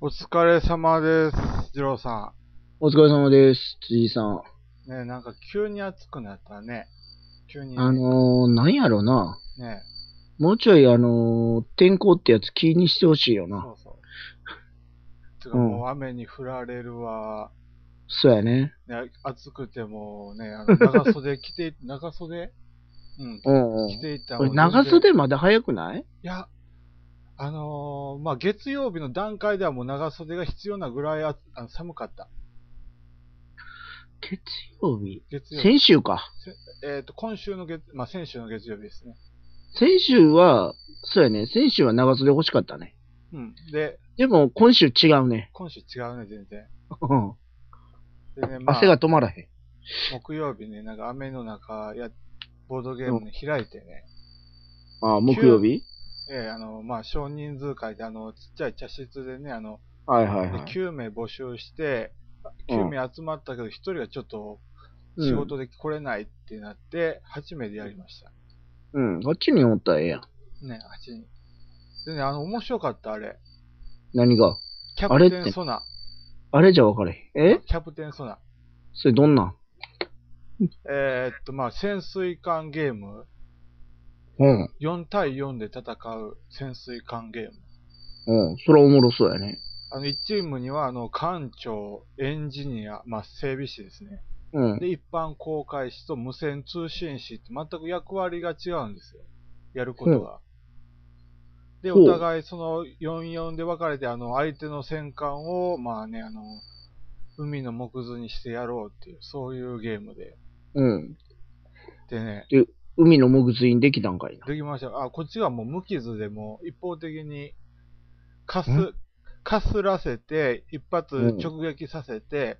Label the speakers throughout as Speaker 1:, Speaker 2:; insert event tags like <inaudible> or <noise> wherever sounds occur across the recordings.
Speaker 1: お疲れ様です、次郎さ
Speaker 2: お疲れ様です、辻井さん。
Speaker 1: ん。ねえなんか急に暑くなったね。急にね。
Speaker 2: あのー、なんやろな。
Speaker 1: ね
Speaker 2: もうちょい、あのー、天候ってやつ気にしてほしいよ
Speaker 1: え
Speaker 2: な。
Speaker 1: そうそう。つうか
Speaker 2: うん
Speaker 1: もう雨に降られるわ。
Speaker 2: そうやね。
Speaker 1: ね、暑くてもうね、あの長袖着
Speaker 2: <laughs>
Speaker 1: て、長袖うん。
Speaker 2: うんう
Speaker 1: 着
Speaker 2: ん。
Speaker 1: ていったら
Speaker 2: これ
Speaker 1: もう全然
Speaker 2: 長袖まだ早くない
Speaker 1: いや、あのーまあ、月曜日の段階ではもう長袖が必要なぐらいああの寒かった。
Speaker 2: 月曜日。
Speaker 1: 月曜日。
Speaker 2: 先週か。
Speaker 1: えっ、と、今週の月、まあ、先週の月曜日ですね。
Speaker 2: 先週は、そうやね。先週は長袖欲しかったね。
Speaker 1: うん。で、
Speaker 2: でも、今週違うね。
Speaker 1: 今週違うね、全然。
Speaker 2: うん。
Speaker 1: でね、まあ
Speaker 2: 汗、が止まらへん。
Speaker 1: 木曜日ね、なんか雨の中や、ボードゲームね、開いてね、
Speaker 2: ああ、木曜日
Speaker 1: ええあの、まあ、少人数会で、あの、ちっちゃい茶室でね、あの、
Speaker 2: はいはい
Speaker 1: で
Speaker 2: はい。
Speaker 1: 9名募集して、
Speaker 2: うん
Speaker 1: 9名集まったけど、1人がちょっと
Speaker 2: うん
Speaker 1: 仕事で来れないってなって、8名でやりました。
Speaker 2: うん。こっちにおったらええやん。
Speaker 1: ね、8人。でね、あの、面白かった、あれ。
Speaker 2: 何が
Speaker 1: キャ
Speaker 2: あれ
Speaker 1: プ
Speaker 2: っ
Speaker 1: テ
Speaker 2: て
Speaker 1: ンソナ。
Speaker 2: あれじゃ分かれへん。え
Speaker 1: キャプテンソナ。
Speaker 2: それどんなん
Speaker 1: えーっと、まあ、潜水艦ゲーム。
Speaker 2: うん。
Speaker 1: 4対4で戦う潜水艦ゲーム。
Speaker 2: うん。それはおもろそうやね。
Speaker 1: あの、1チームには、あの、艦長、エンジニア、まあ、整備士ですね。
Speaker 2: うん。
Speaker 1: で、一般航海士と無線通信士って全く役割が違うんですよ。やることが。で、
Speaker 2: ほう
Speaker 1: お互いその44で分かれて、あの、相手の戦艦を、まあね、あの、海の木図にしてやろうっていう、そういうゲームで。
Speaker 2: うん。
Speaker 1: でね、
Speaker 2: 海のモグズインできたんかいな。
Speaker 1: できました。あ、こっちはもう無傷でもう一方的に、かす
Speaker 2: ん、
Speaker 1: かすらせて、一発
Speaker 2: うん
Speaker 1: 直撃させて、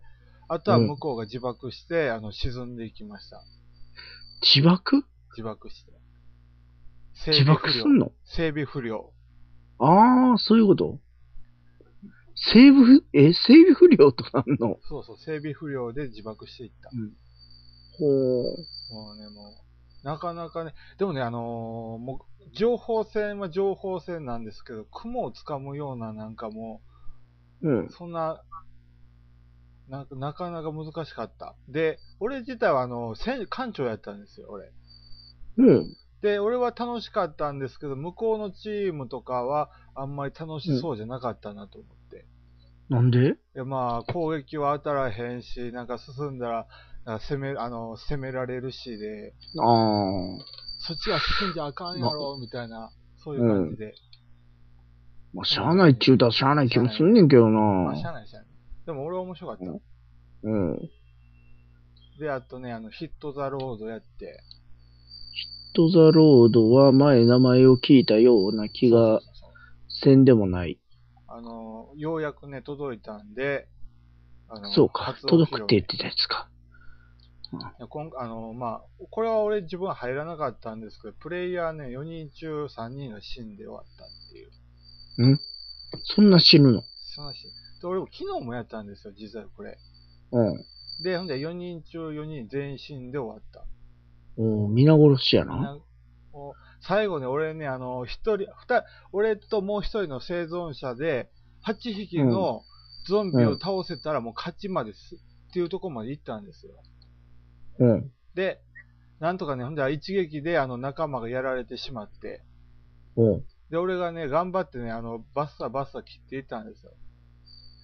Speaker 1: あとは向こうが自爆して、あの、沈んでいきました。
Speaker 2: 自爆
Speaker 1: 自爆して。
Speaker 2: 自爆すんの
Speaker 1: 整備不良。
Speaker 2: ああ、そういうこと整備不、え、整備不良となんの
Speaker 1: そうそう、整備不良で自爆していった。
Speaker 2: ほう。
Speaker 1: もうね、もう、なかなかね、でもね、あのーもう、情報戦は情報戦なんですけど、雲をつかむようななんかも
Speaker 2: うん
Speaker 1: う、。そんな、なんかなかなか難しかった。で、俺自体はあの、船艦長やったんですよ、俺。
Speaker 2: うん。
Speaker 1: で、俺は楽しかったんですけど、向こうのチームとかはあんまり楽しそうじゃなかったなと思って。
Speaker 2: なんで
Speaker 1: で、まあ、攻撃は当たらへんし、なんか進んだら、なんか攻め、あの、攻められるしで、
Speaker 2: ああ。
Speaker 1: そっちは進んじゃあかんやろ、みたいな、そういう感じで。
Speaker 2: まあ、しゃあないっちゅうたらしゃあない気もすんねんけど
Speaker 1: まあ、しゃ
Speaker 2: な。
Speaker 1: あないしゃあない。でも俺は面白かった。
Speaker 2: うんうん。
Speaker 1: で、あとね、あの、ヒットザロードやって。
Speaker 2: トザロードは前名前を聞いたような気が
Speaker 1: そうそうそうそう
Speaker 2: せんでもない。
Speaker 1: あの、ようやくね、届いたんで、あの
Speaker 2: そうか。
Speaker 1: 初お披露
Speaker 2: 届
Speaker 1: 目
Speaker 2: くって言ってたやつか。
Speaker 1: いや今あの、まあ、これは俺自分は入らなかったんですけど、プレイヤーね、4人中3人が死んで終わったっていう。
Speaker 2: そんな死ぬの
Speaker 1: その話。で、俺も昨日もやったんですよ、実はこれ。
Speaker 2: うん。
Speaker 1: で、ほんで4人中4人全員死んで終わった。
Speaker 2: おー皆殺しやな。
Speaker 1: なお最後ね、俺ね、あの、一人、二、俺ともう一人の生存者で、8匹のゾンビを倒せたらもう勝ちまです、っていうところまで行ったんですよ。
Speaker 2: うん。
Speaker 1: で、なんとかね、ほんで一撃であの仲間がやられてしまって、
Speaker 2: うん。
Speaker 1: で、俺がね、頑張ってね、あの、バッサバッサ切っていったんですよ。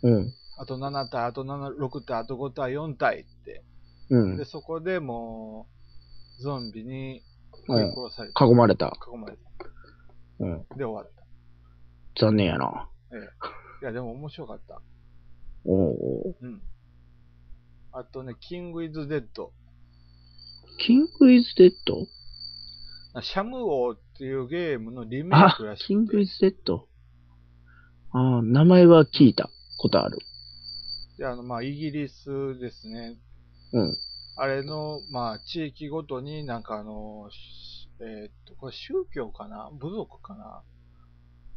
Speaker 2: うん。
Speaker 1: あと7体、あと7、6体、あと5体、4体って。
Speaker 2: うん
Speaker 1: で、。そこでもう、ゾンビに食い殺されて、
Speaker 2: 囲まれた。
Speaker 1: 囲まれて、
Speaker 2: うん。
Speaker 1: で終わった。
Speaker 2: 残念やな。
Speaker 1: いや、でも面白かった。
Speaker 2: おお。
Speaker 1: うん。あとね、キング・イズ・デッド。
Speaker 2: キングイズデッド
Speaker 1: シャム王っていうゲームのリメイ
Speaker 2: あ
Speaker 1: クら、し
Speaker 2: キン
Speaker 1: く
Speaker 2: グ
Speaker 1: て
Speaker 2: イズデッド。ああ、名前は聞いたことある。
Speaker 1: であの、まあ、イギリスですね。
Speaker 2: うん。
Speaker 1: あれの、まあ、地域ごとになんかあの、しえーっと、これ宗教かな部族かな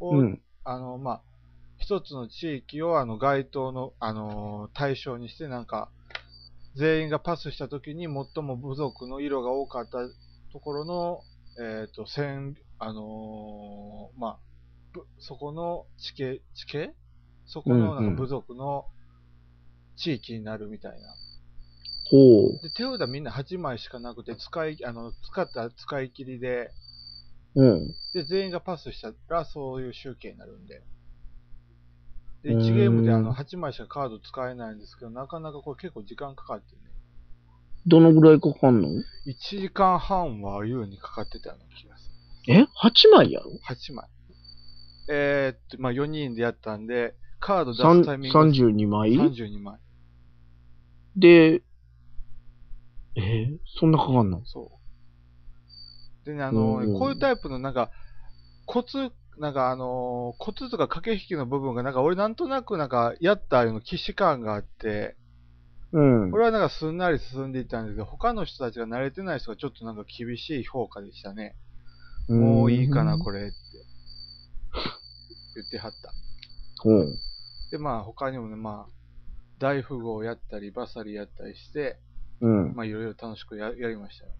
Speaker 1: を、
Speaker 2: うん。
Speaker 1: あの、まあ、一つの地域をあの街頭の、あのー対象にして、なんか、全員がパスしたときに最も部族の色が多かったところの、えっ、と、戦、あのーまあ、ぶそこの地形、地形そこの
Speaker 2: う
Speaker 1: なん
Speaker 2: うん
Speaker 1: んか部族の地域になるみたいな。
Speaker 2: ほう。
Speaker 1: で、手札みんな8枚しかなくて、使い、あの、使ったら使い切りで、
Speaker 2: うん。
Speaker 1: で、全員がパスしたら、そういう集計になるんで。で、
Speaker 2: うーん
Speaker 1: 1ゲームであの、8枚しかカード使えないんですけど、なかなかこれ結構時間かかってね。
Speaker 2: どのぐらいかかんの
Speaker 1: 1時間半は優にかかってたような気がする。
Speaker 2: え ?8 枚やろ
Speaker 1: 8枚。えー、っと、まあ、4人でやったんで、カード出
Speaker 2: 三
Speaker 1: すタイミングが
Speaker 2: 32枚
Speaker 1: 32枚。
Speaker 2: で、えーそんなかかんの
Speaker 1: そう。でね、あの、
Speaker 2: うん
Speaker 1: こういうタイプのなんか、コツ、なんかあのーコツとか駆け引きの部分がなんか俺なんとなくなんかやったような既視感があって、
Speaker 2: うん。
Speaker 1: 俺はなんかすんなり進んでいったんですけど、他の人たちが慣れてない人がちょっとなんか厳しい評価でしたね。もういいかな、これって。言ってはった。
Speaker 2: れ。うん。
Speaker 1: で、まあ他にもね、まあ、大富豪やったり、バサリやったりして、
Speaker 2: うん。
Speaker 1: まあいろいろ楽しくややりましたよ。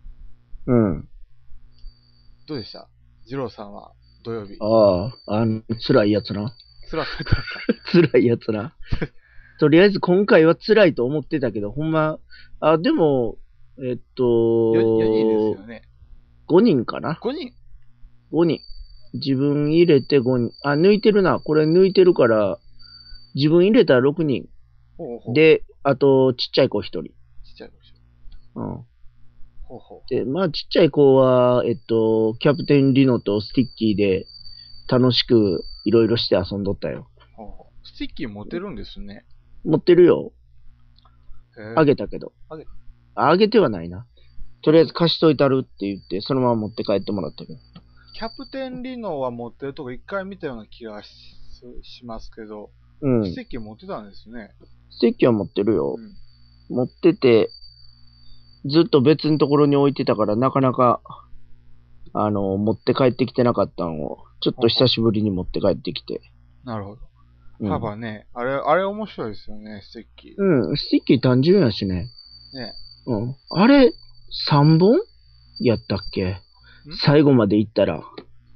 Speaker 2: うん。
Speaker 1: どうでした二郎さんは土曜日。
Speaker 2: ああ、あの、辛いやつな。
Speaker 1: 辛かったですか
Speaker 2: <laughs> 辛いやつな。とりあえず今回は辛いと思ってたけど、ほんま、あ、でも、えっと、
Speaker 1: よ4人ですよね。
Speaker 2: 5人かな
Speaker 1: 5人
Speaker 2: 5人。自分入れて5人。あ、抜いてるな。これ抜いてるから、自分入れたら6人。
Speaker 1: ほうほう
Speaker 2: で、あと、ちっちゃい子1人。
Speaker 1: ちっちゃい子でしょ
Speaker 2: うん。
Speaker 1: ほうほ
Speaker 2: で、まあ、ちっちゃい子は、えっと、キャプテンリノとスティッキーで、楽しく、いろいろして遊んどったよ。
Speaker 1: うほうほう。スティッキー持てるんですね。
Speaker 2: 持ってるよ。
Speaker 1: へえ
Speaker 2: あげたけど。
Speaker 1: あげ
Speaker 2: ああげてはないな。とりあえず貸しといたるって言って、そのまま持って帰ってもらったけど。
Speaker 1: キャプテンリノは持ってるとこ一回見たような気がししますけど、
Speaker 2: うん。
Speaker 1: ス
Speaker 2: ス
Speaker 1: ティッキー持ってたんですね。
Speaker 2: ティッキーは持ってるよ
Speaker 1: う。ん
Speaker 2: 持ってて、ずっと別のところに置いてたから、なかなか、あの、持って帰ってきてなかったのを、ちょっと久しぶりに持って帰ってきて。
Speaker 1: なるほど。
Speaker 2: うん、
Speaker 1: パパね、あれ、あれ面白いですよね、スティッキー。
Speaker 2: うん、スティッキー単純やしね。
Speaker 1: ね。
Speaker 2: うん。あれ、3本やったっけ最後まで行ったら。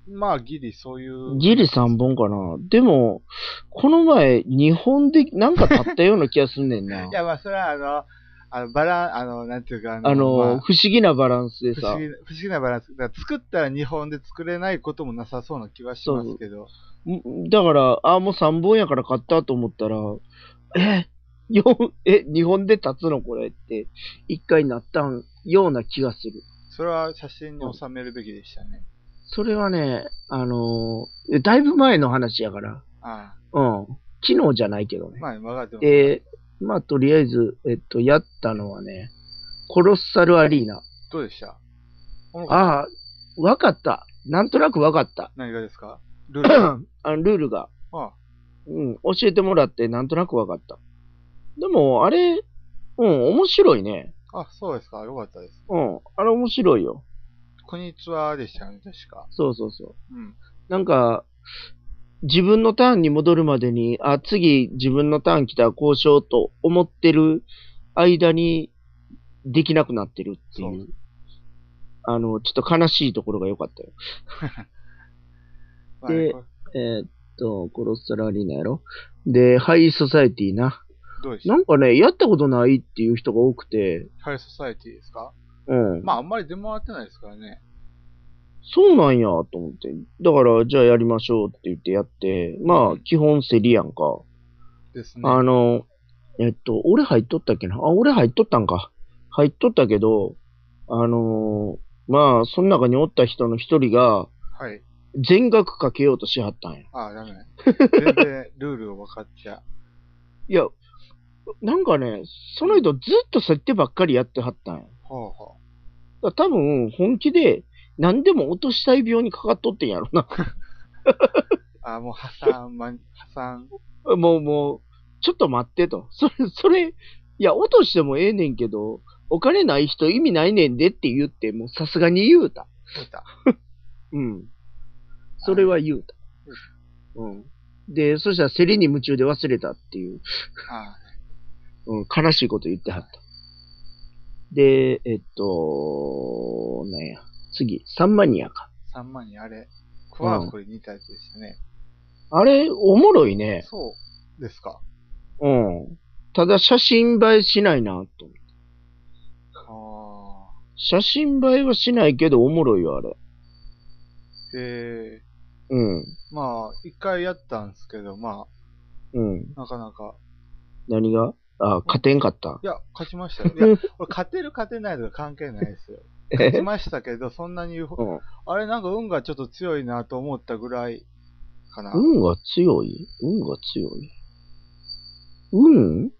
Speaker 1: まあ、ギリそういう。
Speaker 2: ギリ3本かな。でも、この前、2本で、なんか立ったような気がすんね
Speaker 1: <laughs>。
Speaker 2: んない
Speaker 1: や、まあ、それはあの、あの、バラン、あの、なんていうか、あ
Speaker 2: あの、
Speaker 1: まあ
Speaker 2: 不思議なバランスで
Speaker 1: 不
Speaker 2: さ
Speaker 1: 思議、な不思議なバランス。だから作ったら日本で作れないこともなさそうな気はしますけど。
Speaker 2: んだから、あもう3本やから買ったと思ったら、え、4、え、2本で立つのこれって、1回なったんような気がする。
Speaker 1: それは写真に収めるべきでしたね。
Speaker 2: それはね、あのー、だいぶ前の話やから、
Speaker 1: あ
Speaker 2: うん、昨日じゃないけど
Speaker 1: あ、
Speaker 2: ね。
Speaker 1: まあ、分かってます。
Speaker 2: で、まあ、とりあえず、えっと、やったのはね、コロッサルアリーナ。
Speaker 1: どうでしたおもろかっ
Speaker 2: ああ、わかった。なんとなくわかった。 <clears throat>
Speaker 1: た何がですかルール。
Speaker 2: あのルールが、
Speaker 1: ああ
Speaker 2: うん、教えてもらって、なんとなくわかった。でも、あれ、うん、面白いね。
Speaker 1: あ、そうですか。よかったです。
Speaker 2: うん、あれ面白いよ。
Speaker 1: こんにちはでしたよね、確か。
Speaker 2: そうそうそう。
Speaker 1: うん。
Speaker 2: なんか、自分のターンに戻るまでに、あ、次自分のターン来たらこうしようと思ってる間に、できなくなってるっていう。
Speaker 1: そう
Speaker 2: あの、ちょっと悲しいところが良かったよ。
Speaker 1: まあ
Speaker 2: で
Speaker 1: これ
Speaker 2: えーっと、コロッサラアリーナやろで、ハイソサエティな。
Speaker 1: どうでし
Speaker 2: なんかね、やったことないっていう人が多くて、
Speaker 1: たハイソサエティですか
Speaker 2: うん。
Speaker 1: まあ、あんまり出回ってないですからね。
Speaker 2: そうなんや、と思って。だから、じゃあやりましょうって言ってやって、まあ、基本競りやんか。
Speaker 1: ですね。
Speaker 2: あの、えっと、俺入っとったっけなあ、俺入っとったんか。入っとったけど、あのーまあ、その中におった人の一人が、
Speaker 1: はい。
Speaker 2: 全額かけようとしはったんや。
Speaker 1: ああ、ダメ。
Speaker 2: <laughs>
Speaker 1: 全然ルールを分かっちゃう。
Speaker 2: いや、なんかね、その人ずっと設定ばっかりやってはったんや。
Speaker 1: ほうほ
Speaker 2: だから多分、本気で、何でも落としたい病にかかっとってんやろな。 <laughs>
Speaker 1: う。ああ、もう破産、ま、破産。
Speaker 2: もう、もう、ちょっと待ってと。それ、それ、いや、落としてもええねんけど、お金ない人意味ないねんでって言って、もうさすがに言うた。
Speaker 1: 出た。
Speaker 2: うん。それは言うた。うん。で、そしたら競りに夢中で忘れたっていう、
Speaker 1: あ
Speaker 2: うん、悲しいこと言ってはった。で、えっと、なんや、次、サンマニアか。
Speaker 1: あ、3万にあれ。クワークに似たやつでしたね。
Speaker 2: あれ、おもろいね。
Speaker 1: そう。ですか。
Speaker 2: うん。ただ写真映えしないな、と。
Speaker 1: あ
Speaker 2: 写真映えはしないけどおもろいよ、あれ。
Speaker 1: ーで、
Speaker 2: うん。
Speaker 1: まあ、一回やったんですけど、ま
Speaker 2: うん。
Speaker 1: あ、なかなか。
Speaker 2: 何があ、勝てんか <laughs> った。
Speaker 1: いや、勝ちましたよ。いや、俺勝てる勝てないとか関係な
Speaker 2: <laughs>
Speaker 1: いですよ。勝ちましたけど、そんなに言うほ、
Speaker 2: うん。
Speaker 1: あれなんか運がちょっと強いなと思ったぐらいかな。
Speaker 2: 運が強い運が強い運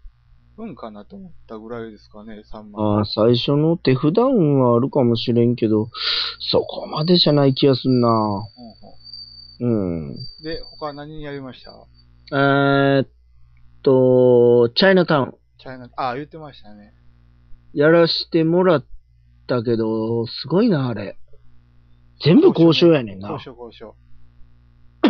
Speaker 1: 運かなと思ったぐらいですかね、3万。
Speaker 2: ああ、最初の手札運はあるかもしれんけど、そこまでじゃない気がすんな。
Speaker 1: ほんほ
Speaker 2: うん。
Speaker 1: んで、他何やりました
Speaker 2: えーっと、チャイナタウン。
Speaker 1: チャイナ、あ、言ってましたね。
Speaker 2: やらしてもらったけど、すごいな、あれ。全部交渉やねんな。
Speaker 1: 交渉
Speaker 2: <laughs>
Speaker 1: 交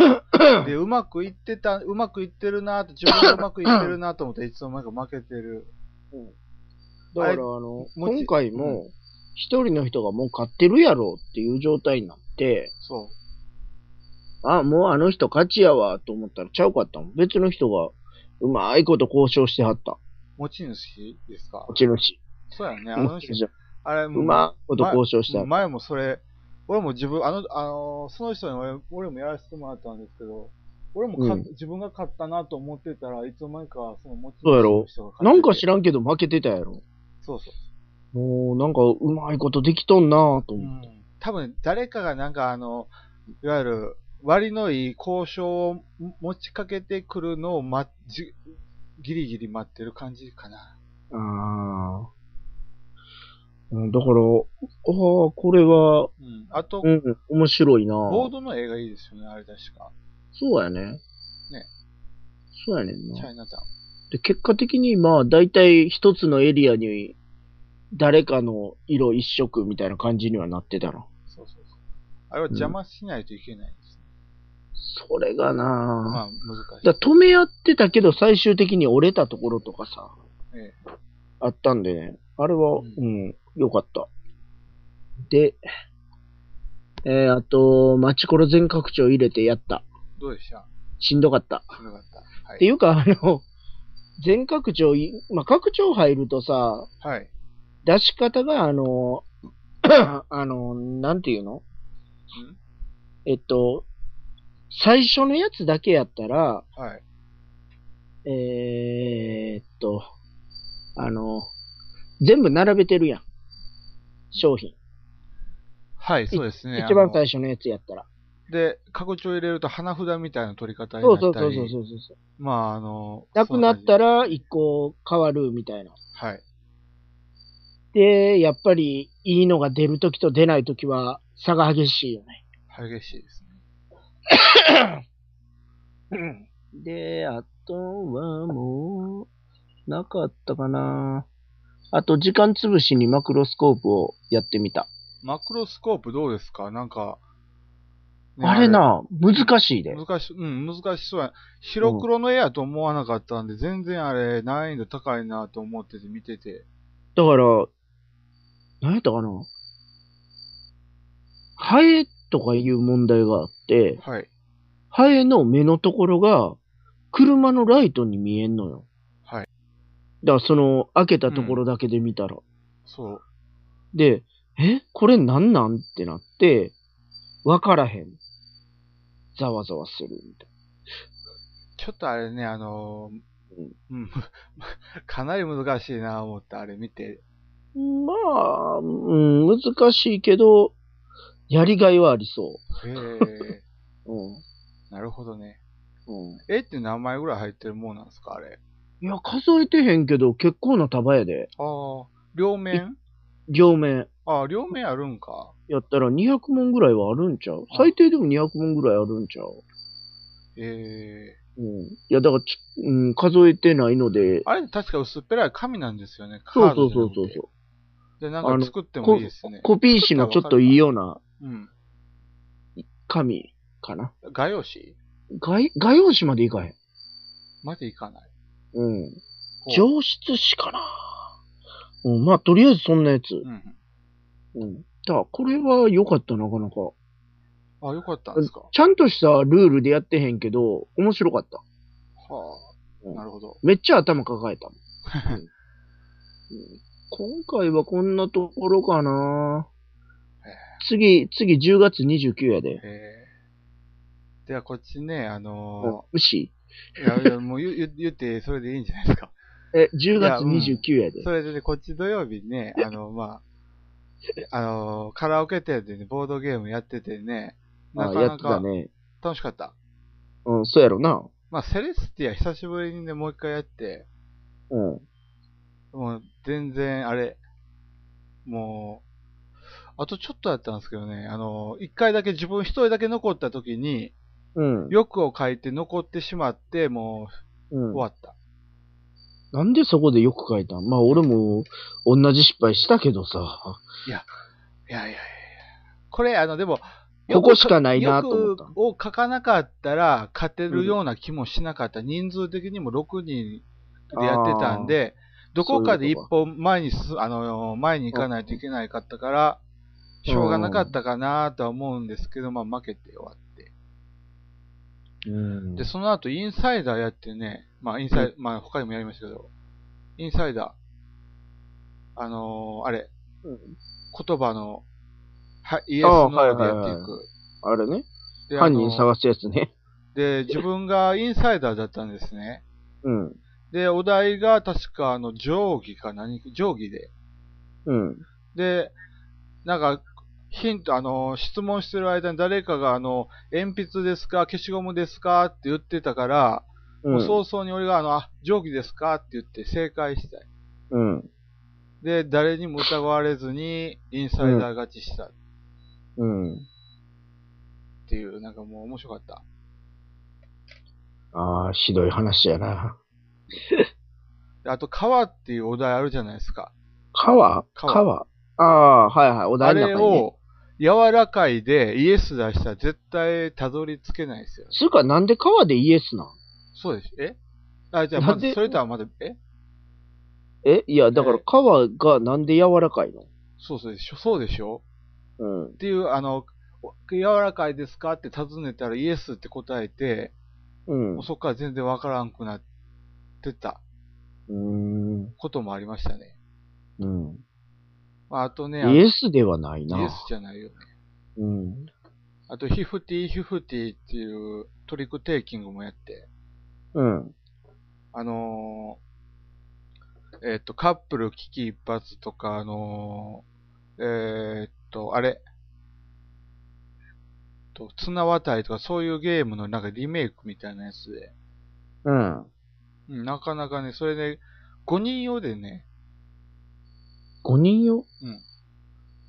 Speaker 1: 渉。で、うまくいってた、うまくいってるなと、自分がうまくいってるなと思って、いつの間にか負けてる。
Speaker 2: だから、あの、
Speaker 1: もち
Speaker 2: 今回も、一人の人がもう勝ってるやろっていう状態になって、
Speaker 1: そ
Speaker 2: あ、もうあの人勝ちやわと思ったらちゃうかったもん。別の人が、うまいこと交渉してはった。
Speaker 1: う。持ち主ですか
Speaker 2: うちのし。
Speaker 1: そうやね。あの
Speaker 2: 持
Speaker 1: 人
Speaker 2: ち、主
Speaker 1: あれ
Speaker 2: <laughs> う
Speaker 1: もう、
Speaker 2: まいこと交渉してはった。
Speaker 1: 前もそれ、俺も自分、あの、あのーその人に俺俺もやらせてもらったんですけど、俺もか、
Speaker 2: うん
Speaker 1: 自分が勝ったなと思ってたらいつの間にか、その持ち
Speaker 2: そうやろ
Speaker 1: 主の人が勝ってて
Speaker 2: なんか知らんけど負けてたやろ。
Speaker 1: そうそう。
Speaker 2: もう、なんか、うまいことできとんなぁと
Speaker 1: う
Speaker 2: 思って。
Speaker 1: ん、多分誰かがなんかあの、いわゆる割のいい交渉を持ちかけてくるのを待じギリギリ待ってる感じかな。
Speaker 2: ああ。うんだから、ああ、これは、
Speaker 1: うん。あと
Speaker 2: う、ん、面白いなぁ
Speaker 1: ボードの絵がいいですよね、あれ確か。
Speaker 2: そうやね。
Speaker 1: ね。
Speaker 2: そうやねん
Speaker 1: チャ
Speaker 2: な。
Speaker 1: イナタウン。
Speaker 2: で、結果的に、まあ、大体一つのエリアに、誰かの色一色みたいな感じにはなってたな。
Speaker 1: そうそうそう。あれは邪魔しないといけないですね。
Speaker 2: それが
Speaker 1: ま
Speaker 2: なぁ。
Speaker 1: あ難しい。
Speaker 2: だ止め合ってたけど、最終的に折れたところとかさ、
Speaker 1: え
Speaker 2: あったんでね。あれは、
Speaker 1: う
Speaker 2: うんん、良かった。で、えー、あと、町コロ全拡張入れてやった。
Speaker 1: えどうでした
Speaker 2: しんどかった。
Speaker 1: しんどかった。は
Speaker 2: って
Speaker 1: い。
Speaker 2: いうか、あの、全拡張い、まあ、拡張入るとさ、
Speaker 1: はい。
Speaker 2: 出し方が、あの、 <coughs> あの、なんていうのえっと、最初のやつだけやったら、
Speaker 1: んはい。
Speaker 2: えーっと、あの、全部並べてるやん。商品。
Speaker 1: はい、そうですね。
Speaker 2: 一番
Speaker 1: あの
Speaker 2: 最初のやつやったら。
Speaker 1: で、拡張入れると花札みたいな取り方に
Speaker 2: そ
Speaker 1: な
Speaker 2: う
Speaker 1: った
Speaker 2: そ
Speaker 1: り。
Speaker 2: うそうそうそうそう。
Speaker 1: まあ、あの、
Speaker 2: なくなった
Speaker 1: ら。
Speaker 2: ら一個変わるみたいな。
Speaker 1: はい。
Speaker 2: で、やっぱりいいのが出るときと出ないときは差が激しいよね。
Speaker 1: 激しいですね。
Speaker 2: で、あとはもう、なかったかな。あと、時間つぶしにマクロスコープをやってみた。
Speaker 1: マクロスコープどうですかなんか、ね
Speaker 2: あれ。な、難しい
Speaker 1: あ
Speaker 2: で
Speaker 1: れ。難し、うん、難しそうや。白黒の絵やと思わなかったんで、全然あれ、難易度高いなと思ってて見てて。
Speaker 2: だから、何やったかな。ハエとかいう問題があって、
Speaker 1: はい。
Speaker 2: ハエの目のところが、車のライトに見えんのよ。
Speaker 1: はい。
Speaker 2: だから、その、開けたところだけで見たら。
Speaker 1: そう。
Speaker 2: で、えこれなんなんってなって、わからへん。ざわざわするみたい
Speaker 1: ちょっとあれね、あのーうん、 <laughs> かなり難しいな思って、あれ見て。
Speaker 2: な。まあ、うん、難しいけど、やりがいはありそ
Speaker 1: へえ、
Speaker 2: う。うん。
Speaker 1: <laughs> なるほどね。
Speaker 2: うん。
Speaker 1: 絵って何枚ぐらい入ってるもんなんですか、あれ。
Speaker 2: いや、数えてへんけど、結構な束やで。
Speaker 1: ああ、両面
Speaker 2: 両面。
Speaker 1: ああ、両面あるんか。
Speaker 2: やったら200問ぐらいはあるんちゃう
Speaker 1: あ
Speaker 2: 最低でも200問ぐらいあるんちゃう
Speaker 1: え
Speaker 2: う
Speaker 1: え
Speaker 2: ん。いや、だからち、うん、数えてないので、
Speaker 1: あれ確か薄っぺらい紙なんですよね。
Speaker 2: そう
Speaker 1: カー
Speaker 2: そ
Speaker 1: ド
Speaker 2: う
Speaker 1: じゃ
Speaker 2: そうそうそう。
Speaker 1: なくてで、な
Speaker 2: あ
Speaker 1: んか
Speaker 2: の
Speaker 1: 作っても
Speaker 2: コ
Speaker 1: いいですね。
Speaker 2: コピー紙のちょっといいような
Speaker 1: うん。
Speaker 2: 紙かな。
Speaker 1: 画用紙
Speaker 2: 画画用紙までいかへん。
Speaker 1: までいかない。
Speaker 2: うん。
Speaker 1: ほう
Speaker 2: 上質紙かな。うん、まあ、とりあえずそんなやつ。
Speaker 1: うん。
Speaker 2: うん。だから、これは良かった、なかなか。
Speaker 1: あ、よかったんですか。は
Speaker 2: ちゃんとしたルールでやってへんけど、面白かった。
Speaker 1: あ。
Speaker 2: うん
Speaker 1: なるほど。
Speaker 2: めっちゃ頭抱えたもん。うんうん今回はこんなところかな
Speaker 1: え
Speaker 2: 次、次10月29やで。
Speaker 1: えー、ではこっちね、あの
Speaker 2: 牛
Speaker 1: ー、いやいや、もう言う言う言って、それでいいんじゃないですか。
Speaker 2: え、10月29やで。
Speaker 1: それでね、こっち土曜日ね、あの、まあ、あのー、カラオケ店でね、ボードゲームやっててね、な
Speaker 2: あ
Speaker 1: か
Speaker 2: や
Speaker 1: な
Speaker 2: ってた
Speaker 1: か
Speaker 2: ね。
Speaker 1: 楽しかった。
Speaker 2: うん、そうやろな。
Speaker 1: まあ、セレスティア久しぶりにね、もう一回やって、
Speaker 2: うん。
Speaker 1: もう全然、あれ、もう、あとちょっとだったんですけどね、あの、一回だけ自分一人だけ残った時に、
Speaker 2: うん。
Speaker 1: 欲を書いて残ってしまって、も
Speaker 2: う
Speaker 1: うん終わった。
Speaker 2: なんでそこでよく書いたんまあ俺も同じ失敗したけどさ。
Speaker 1: いやいやいやいやこれ、あの、でも、
Speaker 2: ここしかないなと思った
Speaker 1: 欲を書かなかったら、勝てるような気もしなかった。人数的にも6人でやってたんで、どこかで一歩前にすあの、前に行かないといけないかったから、しょうがなかったかなとは思うんですけど、まあ負けて終わって。
Speaker 2: うん
Speaker 1: で、その後、インサイダーやってね、まあ、インサイ、まあ、他にもやりましたけど、インサイダー、あのーあれ、
Speaker 2: うん
Speaker 1: 言葉の、はイエス
Speaker 2: あ
Speaker 1: ノ
Speaker 2: あはい
Speaker 1: ーで
Speaker 2: はいは
Speaker 1: やっ
Speaker 2: い
Speaker 1: ていく。
Speaker 2: あれね。
Speaker 1: で
Speaker 2: 犯人
Speaker 1: あの
Speaker 2: 探すやつね。
Speaker 1: で、自分がインサイダーだったんですね。
Speaker 2: うん。
Speaker 1: で、お題が確か、あの、定規か何か、定規で。
Speaker 2: うん。
Speaker 1: で、なんか、ヒント、あの、質問してる間に誰かが、あの、鉛筆ですか消しゴムですかって言ってたから、もう
Speaker 2: う
Speaker 1: 早々に俺が、あの、あ、定規ですかって言って正解したい。
Speaker 2: ん。うん。
Speaker 1: で、誰にも疑われずに、インサイダー勝ちしたっ
Speaker 2: うん。
Speaker 1: ていう、なんかもう面白かった。
Speaker 2: ああ、ひどい話やな。
Speaker 1: であと、川っていうお題あるじゃないですか。
Speaker 2: 川
Speaker 1: 川
Speaker 2: 川ああ、はいはい。お
Speaker 1: あ
Speaker 2: 題の
Speaker 1: れ
Speaker 2: 中に、ね。
Speaker 1: を、柔らかいでイエス出したら絶対たどり着けないですよ。
Speaker 2: つうか、なんで川でイエスなん
Speaker 1: そうです。えあ、じゃあ、
Speaker 2: な
Speaker 1: ま
Speaker 2: ん
Speaker 1: ず、
Speaker 2: で
Speaker 1: それとはまだ、え
Speaker 2: えいや、だから
Speaker 1: え
Speaker 2: 川がなんで柔らかいの
Speaker 1: そうそうでしょ、そうでしょ
Speaker 2: うん。
Speaker 1: っていう、あの、お柔らかいですかって尋ねたらイエスって答えて、
Speaker 2: うん。
Speaker 1: も
Speaker 2: う
Speaker 1: うそこから全然わからんくなってた
Speaker 2: ーん。
Speaker 1: こともありましたね。
Speaker 2: うん。
Speaker 1: まあ、あとね、あの
Speaker 2: イエスではない
Speaker 1: イエ
Speaker 2: な
Speaker 1: ス。じゃないよね。
Speaker 2: うん。
Speaker 1: あと、ヒフティヒフティっていうトリックテイキングもやって、
Speaker 2: うん。
Speaker 1: あのーえっ、と、カップル危機一髪とか、あのーえっと、あれ、と綱渡りとかそういうゲームのなんかリメイクみたいなやつで、
Speaker 2: うん。
Speaker 1: うん、なかなかね、それで、5人用でね、
Speaker 2: 5人よ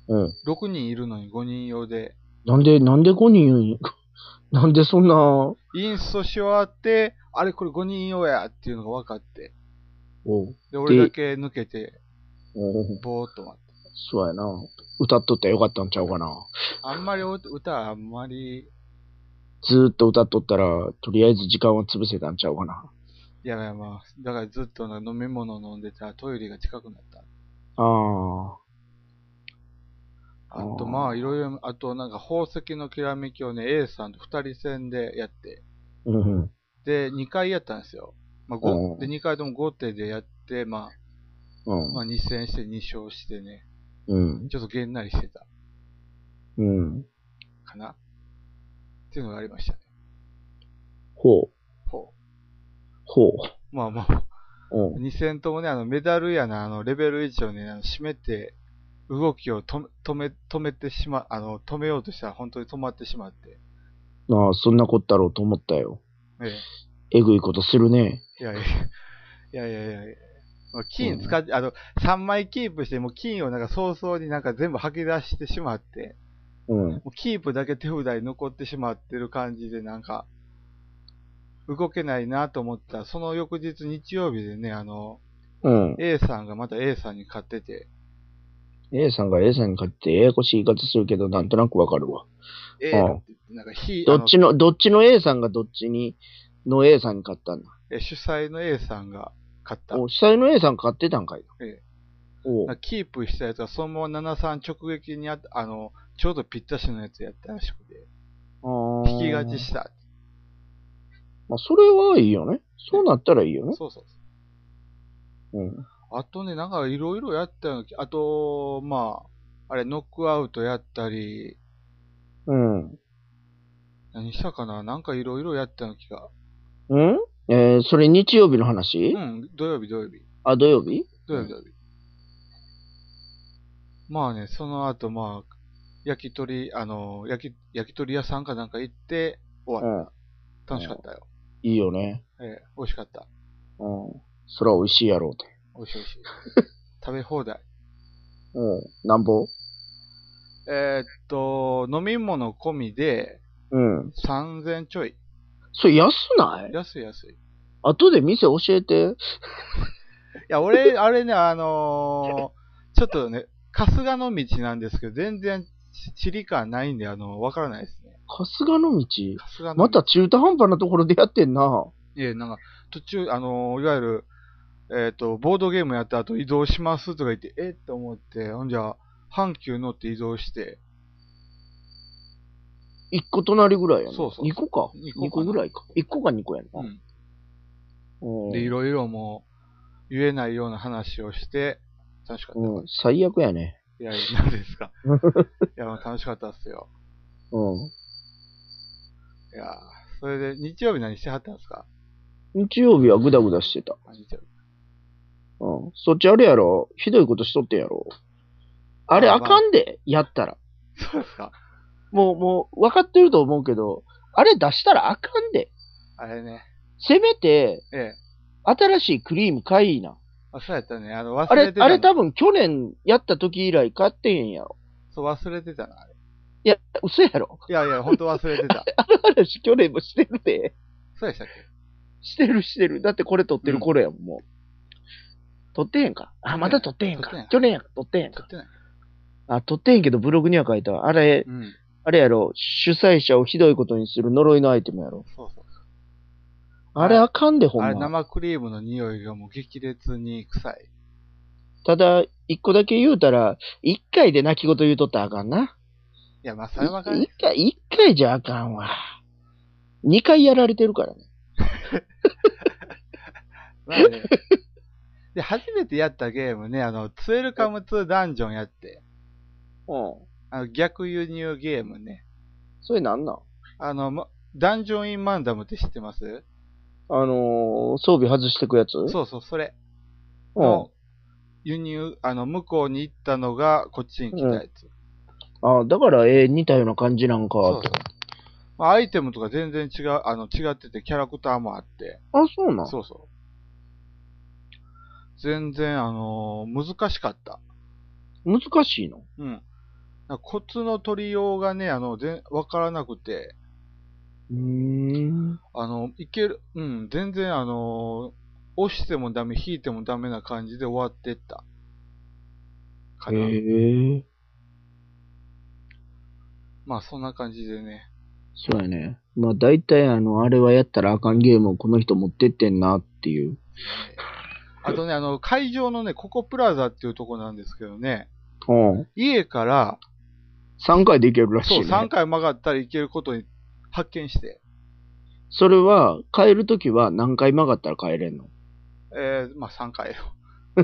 Speaker 1: うん。
Speaker 2: うん。
Speaker 1: 6人いるのに5人用で、
Speaker 2: なんで、なんで5人、 <laughs> なんでそんな、
Speaker 1: インストし終わって、あれこれ5人用やっていうのが分かって、
Speaker 2: おう
Speaker 1: で、俺だけ抜けて、
Speaker 2: おう
Speaker 1: ぼーっと待って。
Speaker 2: そうやな。歌っとったらよかったんちゃうかな。
Speaker 1: あんまりお歌はあんまり、
Speaker 2: ずーっと歌っとったら、とりあえず時間を潰せたんちゃうかな。
Speaker 1: いやいやまあ、だからずっと飲み物飲んでたらトイレが近くなった。
Speaker 2: あ
Speaker 1: あ
Speaker 2: あ
Speaker 1: と
Speaker 2: ー
Speaker 1: まあいろいろ、あとなんか宝石のきらめきをね、A さんと二人戦でやって、
Speaker 2: あ。うんうん。
Speaker 1: で、2回やったんですよ。まあ
Speaker 2: う
Speaker 1: 5、
Speaker 2: ん
Speaker 1: で、2回とも5手でやって、ま
Speaker 2: う
Speaker 1: あ、
Speaker 2: ん
Speaker 1: まあ2戦して2勝してね、
Speaker 2: うん。
Speaker 1: ちょっとげんなりしてた
Speaker 2: うん。
Speaker 1: かなっていうのがありましたね。
Speaker 2: ほう。
Speaker 1: ほ
Speaker 2: ほう。
Speaker 1: う。まあまあ、
Speaker 2: うん。
Speaker 1: 2戦ともね、あのメダルやな、あのレベル1をね、あの締めて、動きを止め、止め、止めてしま、あの、止めようとしたら本当に止まってしまって。
Speaker 2: ああ、そんなこったろうと思ったよ。
Speaker 1: ええ
Speaker 2: えぐいことするね。
Speaker 1: い
Speaker 2: <laughs>
Speaker 1: やいや、いやいやいや。まあ、金使って、あの、3枚キープして、もう金をなんか早々になんか全部吐き出してしまって、
Speaker 2: うん。
Speaker 1: もうキープだけ手札に残ってしまってる感じで、なんか、動けないなと思ったら、その翌日日曜日でね、あの、
Speaker 2: うん。
Speaker 1: A さんがまた A さんに勝ってて、
Speaker 2: A さんが A さんに勝ってややこしい言い方するけど、なんとなくわかるわ。
Speaker 1: A って
Speaker 2: ああ
Speaker 1: 言って、なんか、ひ、
Speaker 2: どっちの、どっちの A さんがどっちに、の A さんに勝ったんだ。
Speaker 1: あのえ主催の A さんが勝った。
Speaker 2: お、主催の A さん勝ってたんかいな。
Speaker 1: え
Speaker 2: おう
Speaker 1: なんかキープしたやつがそのまま73直撃にあっあの、ちょうどぴったしのやつやったらしくて、
Speaker 2: あー
Speaker 1: 引き勝ちした。
Speaker 2: まあ、それはいいよね。そうなったらいいよね。
Speaker 1: そうそう。
Speaker 2: うん。
Speaker 1: あとね、なんかいろいろやったような気あと、まあ、あれ、ノックアウトやったり、
Speaker 2: うん。
Speaker 1: 何したかななんかいろいろやったような気が。
Speaker 2: うんえーそれ日曜日の話、
Speaker 1: うん、土曜日、土曜日。
Speaker 2: あ、土曜日
Speaker 1: 土曜日、土曜日。まあね、その後、まあ、焼き鳥、あの、焼き、焼き鳥屋さんかなんか行って、終
Speaker 2: う
Speaker 1: わっ
Speaker 2: ん。
Speaker 1: た。楽しかったよ。
Speaker 2: いいよね。
Speaker 1: ええ美味しかった。
Speaker 2: うん。そら美味しいやろうて。
Speaker 1: 美味しい美味しい。食べ放題。
Speaker 2: うん。なんぼ
Speaker 1: えーっと、飲み物込みで
Speaker 2: うん。
Speaker 1: 3000ちょい。
Speaker 2: それ安ない
Speaker 1: 安い安い。い
Speaker 2: 後で店教えて。
Speaker 1: や、俺、あれね、あのーちょっとね、春日の道なんですけど、全然ち地理感ないんで、あの、わからないですね。
Speaker 2: 春日の道。
Speaker 1: 春日の道。
Speaker 2: また中途半端なところでやってんな。
Speaker 1: いえ、なんか、途中、あのーいわゆる、えっ、と、ボードゲームやった後移動しますとか言って、えって思って、ほんじゃ、阪急乗って移動して、
Speaker 2: 一個隣ぐらいやな。
Speaker 1: そうそう
Speaker 2: 二個か。
Speaker 1: 二
Speaker 2: 二
Speaker 1: 個かな
Speaker 2: 個ぐらいか。一個か二個やな。うん
Speaker 1: で、いろいろもう、言えないような話をして、楽しかった。
Speaker 2: うん。最悪やね。
Speaker 1: いや、何で
Speaker 2: <laughs>
Speaker 1: すか。いや、楽しかったっすよ。
Speaker 2: うん。
Speaker 1: いやーそれで、日曜日何してはったんですか
Speaker 2: 日曜日はグダグダしてた。
Speaker 1: あ日曜日
Speaker 2: うん。そっちあれやろ。ひどいことしとってんやろ。あれ
Speaker 1: まあ
Speaker 2: あ
Speaker 1: まあ
Speaker 2: かんで、やったら。
Speaker 1: そうですか。
Speaker 2: もう、もう、分かってると思うけど、あれ出したらあかんで。
Speaker 1: あれね。
Speaker 2: せめて、
Speaker 1: ええ。
Speaker 2: 新しいクリーム買いな。
Speaker 1: あ、そうやったね。あの、忘
Speaker 2: あ
Speaker 1: れ
Speaker 2: れ
Speaker 1: て、た
Speaker 2: あ
Speaker 1: の
Speaker 2: れ多分去年やった時以来買ってへんやろ。 <laughs>
Speaker 1: そう、忘れてたな。あれ
Speaker 2: いや、嘘やろ。 <laughs>
Speaker 1: いやいや、ほんと忘れてた。
Speaker 2: あの話去年もしてるで。
Speaker 1: そうでしたっけ
Speaker 2: してるしてる。だってこれ撮ってる頃やもん、もう。撮ってへんか。あ、まだ撮ってへん
Speaker 1: 撮ってへん
Speaker 2: か。去年やから撮ってへん
Speaker 1: 撮
Speaker 2: か
Speaker 1: っ。てない。
Speaker 2: あ、撮ってへんけどブログには書いたわ。あれ、
Speaker 1: うん。
Speaker 2: あれやろ。主催者をひどいことにする呪いのアイテムやろ。
Speaker 1: そうそう。
Speaker 2: あれあかんで、ほ
Speaker 1: あれ、
Speaker 2: んま。
Speaker 1: 生クリームの匂いがもう激烈に臭い。
Speaker 2: ただ、一個だけ言うたら、一回で泣き言言うとったらあかんな。
Speaker 1: いや、まあ、それはわかる
Speaker 2: 一。回、一回じゃあかんわ。二回やられてるからね。
Speaker 1: まあね。で、初めてやったゲームね、あの、ツエルカム2ダンジョンやって、
Speaker 2: うん。
Speaker 1: あの、逆輸入ゲームね。
Speaker 2: それなんなん
Speaker 1: あの、まダンジョンインマンダムって知ってます
Speaker 2: あのー、装備外してくやつ
Speaker 1: そうそう、それ
Speaker 2: うん。
Speaker 1: の輸入、あの、向こうに行ったのが、こっちに来たやつ。
Speaker 2: あだから、えー似たような感じなんか
Speaker 1: そう
Speaker 2: と。
Speaker 1: そう。まあ、アイテムとか全然違う、あの、違ってて、キャラクターもあって。
Speaker 2: あ、そうなん
Speaker 1: そうそう。全然、あのー難しかった。
Speaker 2: 難しいの
Speaker 1: うん。なんかコツの取りようがね、あの、全、わからなくて、
Speaker 2: うーん。
Speaker 1: あの、いける、うん、全然、あのー押してもダメ、引いてもダメな感じで終わってった。か
Speaker 2: へ
Speaker 1: な。
Speaker 2: え。
Speaker 1: まあ、そんな感じでね。
Speaker 2: そうやね。まあ、大体、あの、あれはやったらあかんゲームをこの人持ってってんなっていう。
Speaker 1: あとね、あの、会場のね、ココプラザっていうとこなんですけどね、
Speaker 2: うん。
Speaker 1: 家から、
Speaker 2: 3回でいけるらしい、
Speaker 1: そう、
Speaker 2: ね。
Speaker 1: 3回曲がったらいけることに発見して、
Speaker 2: それは、帰るときは何回曲がったら帰れんの
Speaker 1: えー、まあ3回よ。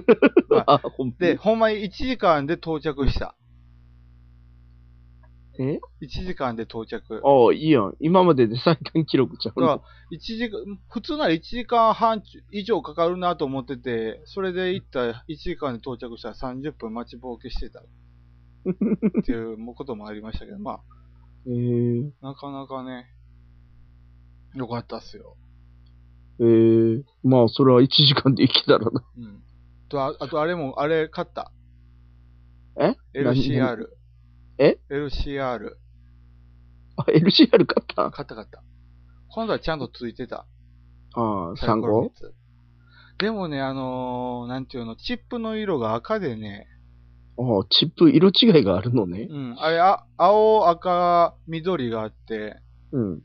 Speaker 2: <laughs> あ、ほん
Speaker 1: で、、ほんまに1時間で到着した。
Speaker 2: え
Speaker 1: ?1 時間で到着。
Speaker 2: ああ、いいやん。今までで最短記録ちゃう
Speaker 1: だか
Speaker 2: の
Speaker 1: ら一時間、普通なら1時間半以上かかるなと思ってて、それで行った1時間で到着したら30分待ちぼうけしてた。っていうこともありましたけど、ま
Speaker 2: へえ。
Speaker 1: あ、なかなかね、よかったっすよ。
Speaker 2: ええ。まあ、それは1時間で行けたらな。
Speaker 1: うん。と、ああとあれも、あれ買った。
Speaker 2: え
Speaker 1: ?LCR。
Speaker 2: え
Speaker 1: ?LCR。
Speaker 2: あ、LCR 買った
Speaker 1: 買った買った。今度はちゃんとついてた。
Speaker 2: ああ、
Speaker 1: サイ
Speaker 2: 3
Speaker 1: コロ
Speaker 2: 個
Speaker 1: 三つでもね、あのー、なんていうの、チップの色が赤でね、
Speaker 2: ああ、チップ色違いがあるのね。
Speaker 1: うん、あれ、あ青、赤、緑があって、
Speaker 2: うん。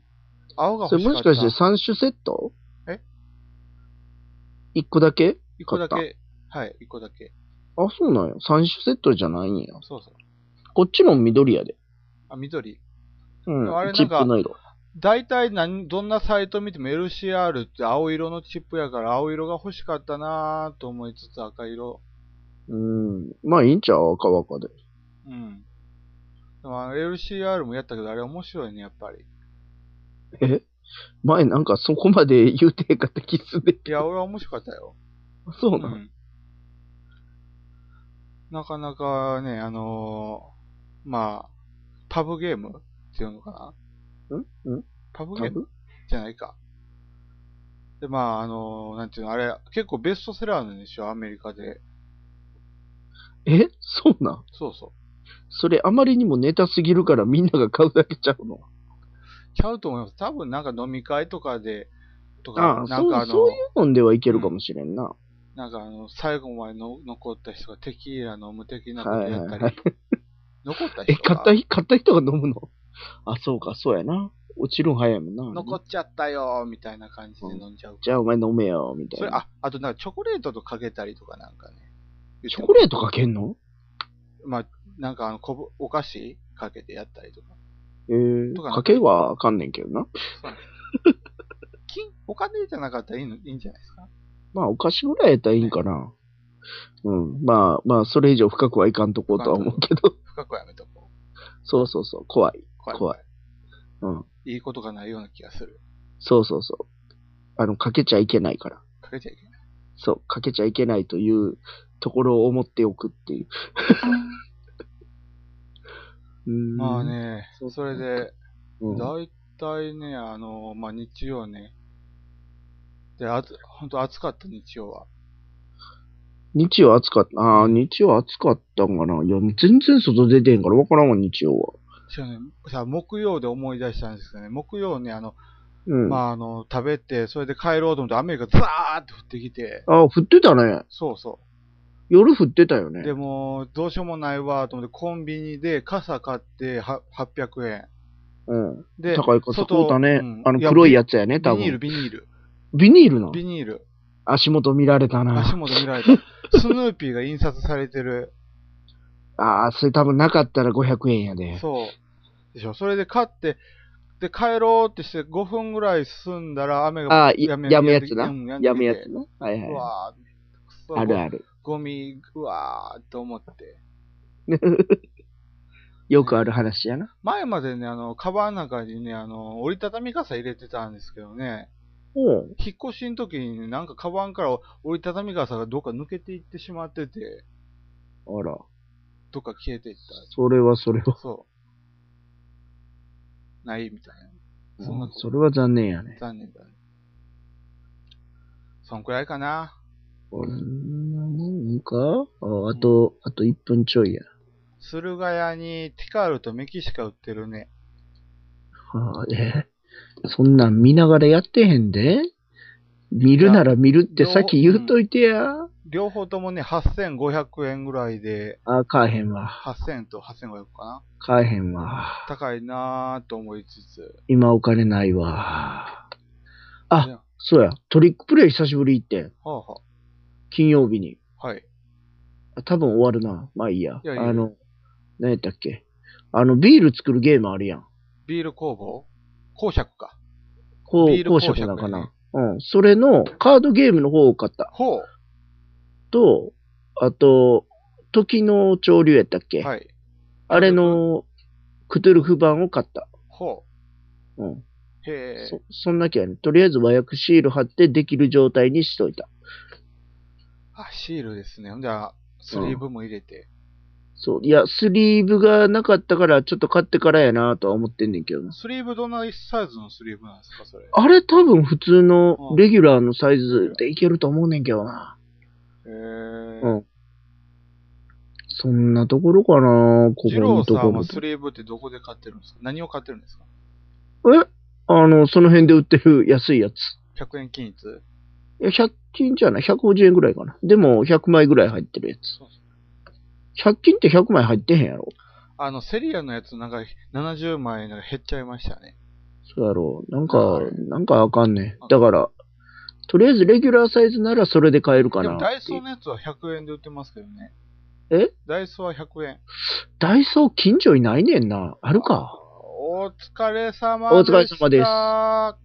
Speaker 1: 青が
Speaker 2: そ
Speaker 1: 欲
Speaker 2: れ
Speaker 1: しか
Speaker 2: も
Speaker 1: った。
Speaker 2: しかして3種セット
Speaker 1: え
Speaker 2: ?1 個だけ
Speaker 1: 一個だ
Speaker 2: 買
Speaker 1: け、はい、一個だけ。
Speaker 2: あ、そうなんや。3種セットじゃないんや。
Speaker 1: そうそう。
Speaker 2: こっちも緑やで。
Speaker 1: あ、緑。
Speaker 2: う
Speaker 1: でもあれ
Speaker 2: ん。
Speaker 1: な
Speaker 2: チ
Speaker 1: んか
Speaker 2: ップの色。
Speaker 1: 大体何、どんなサイト見ても LCR って青色のチップやから青色が欲しかったなぁと思いつつ赤色。
Speaker 2: うん。まあいいんちゃう赤々で。
Speaker 1: うん。でもあの LCR もやったけどあれ面白いね、やっぱり。
Speaker 2: え前なんかそこまで言うてへんかった気すんでん
Speaker 1: い
Speaker 2: けど。
Speaker 1: や、俺は面白かったよ。
Speaker 2: そう
Speaker 1: う
Speaker 2: なん、
Speaker 1: ん。なかなかね、あのーまあ、パブゲームっていうのかなん
Speaker 2: ん
Speaker 1: パブゲ
Speaker 2: タ
Speaker 1: ーム
Speaker 2: ブ
Speaker 1: じゃないか。で、まあ、あのーなんていうの、あれ、結構ベストセラーなんでしょ、アメリカで。
Speaker 2: えそうなん
Speaker 1: そうそう。
Speaker 2: それあまりにもネタすぎるからみんなが買うだけちゃうの
Speaker 1: ちゃうと思います。多分なんか飲み会とかで、と
Speaker 2: あ
Speaker 1: か
Speaker 2: あ、、
Speaker 1: なんか
Speaker 2: そ
Speaker 1: あ
Speaker 2: う、そ
Speaker 1: の
Speaker 2: うい、うのではいけるかもしれんな。
Speaker 1: なんかあの、最後までの残った人がテキーラ飲む的なこと
Speaker 2: はい
Speaker 1: や
Speaker 2: は
Speaker 1: った
Speaker 2: い
Speaker 1: り、
Speaker 2: はい。
Speaker 1: 残った
Speaker 2: え、
Speaker 1: 人
Speaker 2: 買
Speaker 1: が
Speaker 2: っ、た、買った人が飲むのあ、そうか、そうやな。落ちるん早いもんな。
Speaker 1: 残っちゃったよーみたいな感じで飲んじゃう。
Speaker 2: じゃあお前飲めよ、みたい
Speaker 1: それ、
Speaker 2: な。
Speaker 1: あ、あとなんかチョコレートとかけたりとかなんかね。
Speaker 2: チョコレートかけんの
Speaker 1: まあ、なんかあの、こぶ、お菓子かけてやったりとか。
Speaker 2: えー、
Speaker 1: とかな
Speaker 2: かけはあかんねんけどな。
Speaker 1: 金、お金じゃなかったらいいの、いいんじゃないですか
Speaker 2: まあ、お菓子ぐらいやったらいいんかな。うん。まあ、まあ、それ以上深くはいかんとこうとは思う
Speaker 1: <laughs>
Speaker 2: けど。
Speaker 1: 深くはやめとこう。
Speaker 2: そうそうそう。怖い。
Speaker 1: 怖い。
Speaker 2: 怖うん。
Speaker 1: いいことがないような気がする。
Speaker 2: そうそうそう。あの、かけちゃいけないから。
Speaker 1: かけちゃいけない。
Speaker 2: そう。かけちゃいけないというところを思っておくっていう。うーん
Speaker 1: <laughs> まあ。ね、それで、
Speaker 2: うん
Speaker 1: 大体ね、あの、まあ、日曜ね。で、あつ、ほんと暑かった、日曜は。
Speaker 2: 日曜暑かった。ああ、日曜暑かったんかな。いや、もう全然外出てへんから分からんわ、日曜は。
Speaker 1: そうね、さ、木曜で思い出したんですけどね、木曜ね、あの、
Speaker 2: うん。
Speaker 1: まあ、あの、食べて、それで帰ろうと思って雨がザーって降ってきて、
Speaker 2: ああ、降ってたね。
Speaker 1: そうそ
Speaker 2: 夜降ってたよ
Speaker 1: う。
Speaker 2: ね
Speaker 1: で。も、どうしようもないわ、と思って、コンビニで傘買って、は、800円。
Speaker 2: うん。
Speaker 1: で、
Speaker 2: 高いか、そ
Speaker 1: 外
Speaker 2: こだね。
Speaker 1: うん
Speaker 2: あの、
Speaker 1: いや
Speaker 2: 黒いやつやね、
Speaker 1: ビ
Speaker 2: 多
Speaker 1: ニール、
Speaker 2: 分。
Speaker 1: ビニール。
Speaker 2: ビニールの
Speaker 1: ビニール。
Speaker 2: 足元見られた
Speaker 1: 足
Speaker 2: な。
Speaker 1: 元見られた。スヌーピーが印刷されてる。
Speaker 2: ああ、それ多分なかったら500円やで。
Speaker 1: そう。でしょ。それで買って、で、帰ろうってして5分ぐらい進んだら雨が
Speaker 2: ああ、いやむやつな。やむやつ
Speaker 1: な。
Speaker 2: な。はいはいは
Speaker 1: う
Speaker 2: い。
Speaker 1: わぁ、くそ
Speaker 2: あるある。
Speaker 1: ゴミ、うわぁ、と思って。
Speaker 2: よくある話やな。
Speaker 1: 前までね、あの、カバンの中にね、あの、折りたたみ傘入れてたんですけどね、
Speaker 2: うん。
Speaker 1: 引っ越しの時にね、なんかカバンから折りたたみ傘がどっか抜けていってしまってて、
Speaker 2: あら。
Speaker 1: どっか消えていった。
Speaker 2: それはそれは。
Speaker 1: そう。ないみたいな。そんなこと
Speaker 2: それは残念やね。
Speaker 1: 残念だね。そんくらいかな。
Speaker 2: こんなもんかああと、あと1分ちょいや。
Speaker 1: 駿河屋にティカールとメキシカ売ってるね。
Speaker 2: ああ、えそんなん見ながらやってへんで見るなら見るってさっき言うといてや。
Speaker 1: 両方ともね、8500円ぐらいで、
Speaker 2: ああ、買えへんわ。
Speaker 1: 8000と8500かな。
Speaker 2: 買えへんわ。
Speaker 1: 高いなぁと思いつつ。
Speaker 2: 今お金ないわ。あ
Speaker 1: いや
Speaker 2: そうや、トリックプレイ久しぶり行ってん
Speaker 1: はあは
Speaker 2: 金曜日に。
Speaker 1: あ。はい。
Speaker 2: あ多分終わるな。まあいいや。
Speaker 1: いやいいよ
Speaker 2: あの、何やったっけ。あの、ビール作るゲームあるやん。
Speaker 1: ビール工房公爵か。
Speaker 2: こ
Speaker 1: ビー
Speaker 2: う、
Speaker 1: ル
Speaker 2: 公
Speaker 1: 公爵
Speaker 2: 爵
Speaker 1: や
Speaker 2: なんか
Speaker 1: ね
Speaker 2: な。うん。それのカードゲームの方を買った。
Speaker 1: ほう。
Speaker 2: と、あと、時の潮流やったっけ、
Speaker 1: はい。
Speaker 2: あれの、クトゥルフ版を買った。
Speaker 1: ほ
Speaker 2: うん。
Speaker 1: う。へえ
Speaker 2: そ、。そんなきゃね。とりあえず和訳シール貼ってできる状態にしといた。
Speaker 1: あ、シールですね。ほんで、あスリーブも入れて。
Speaker 2: そう。いや、スリーブがなかったから、ちょっと買ってからやなとは思ってんねんけどな。
Speaker 1: スリーブどんなサイズのスリーブなんですか、それ。
Speaker 2: あれ多分普通
Speaker 1: う
Speaker 2: の
Speaker 1: ん
Speaker 2: レギュラーのサイズでいけると思うねんけどな。
Speaker 1: へえ。
Speaker 2: うん。そんなところかなここ
Speaker 1: ジロ
Speaker 2: の
Speaker 1: ー
Speaker 2: と
Speaker 1: さ
Speaker 2: こ
Speaker 1: ん
Speaker 2: ろ
Speaker 1: は
Speaker 2: と
Speaker 1: ス。リーブってどこで買ってるんですか何を買ってるんですか
Speaker 2: えあの、その辺で売ってる安いやつ。
Speaker 1: 100円均一
Speaker 2: いや100均じゃない、150円ぐらいかな。でも、100枚ぐらい入ってるやつ。100均って100枚入ってへんやろ。
Speaker 1: あの、セリアのやつなんか70枚なんか減っちゃいましたね。
Speaker 2: そうやろ。なんか
Speaker 1: はい、
Speaker 2: なんかあかんね。だから、とりあえずレギュラーサイズならそれで買えるか
Speaker 1: で
Speaker 2: なっ
Speaker 1: も
Speaker 2: て
Speaker 1: ダイ
Speaker 2: い
Speaker 1: ソー
Speaker 2: う。
Speaker 1: のやつは100円で売ってますけどね。
Speaker 2: え
Speaker 1: ダイソーは100円。
Speaker 2: ダイソー近所にないねんな。あるか。
Speaker 1: あーお疲れ様
Speaker 2: お疲れ様で
Speaker 1: した。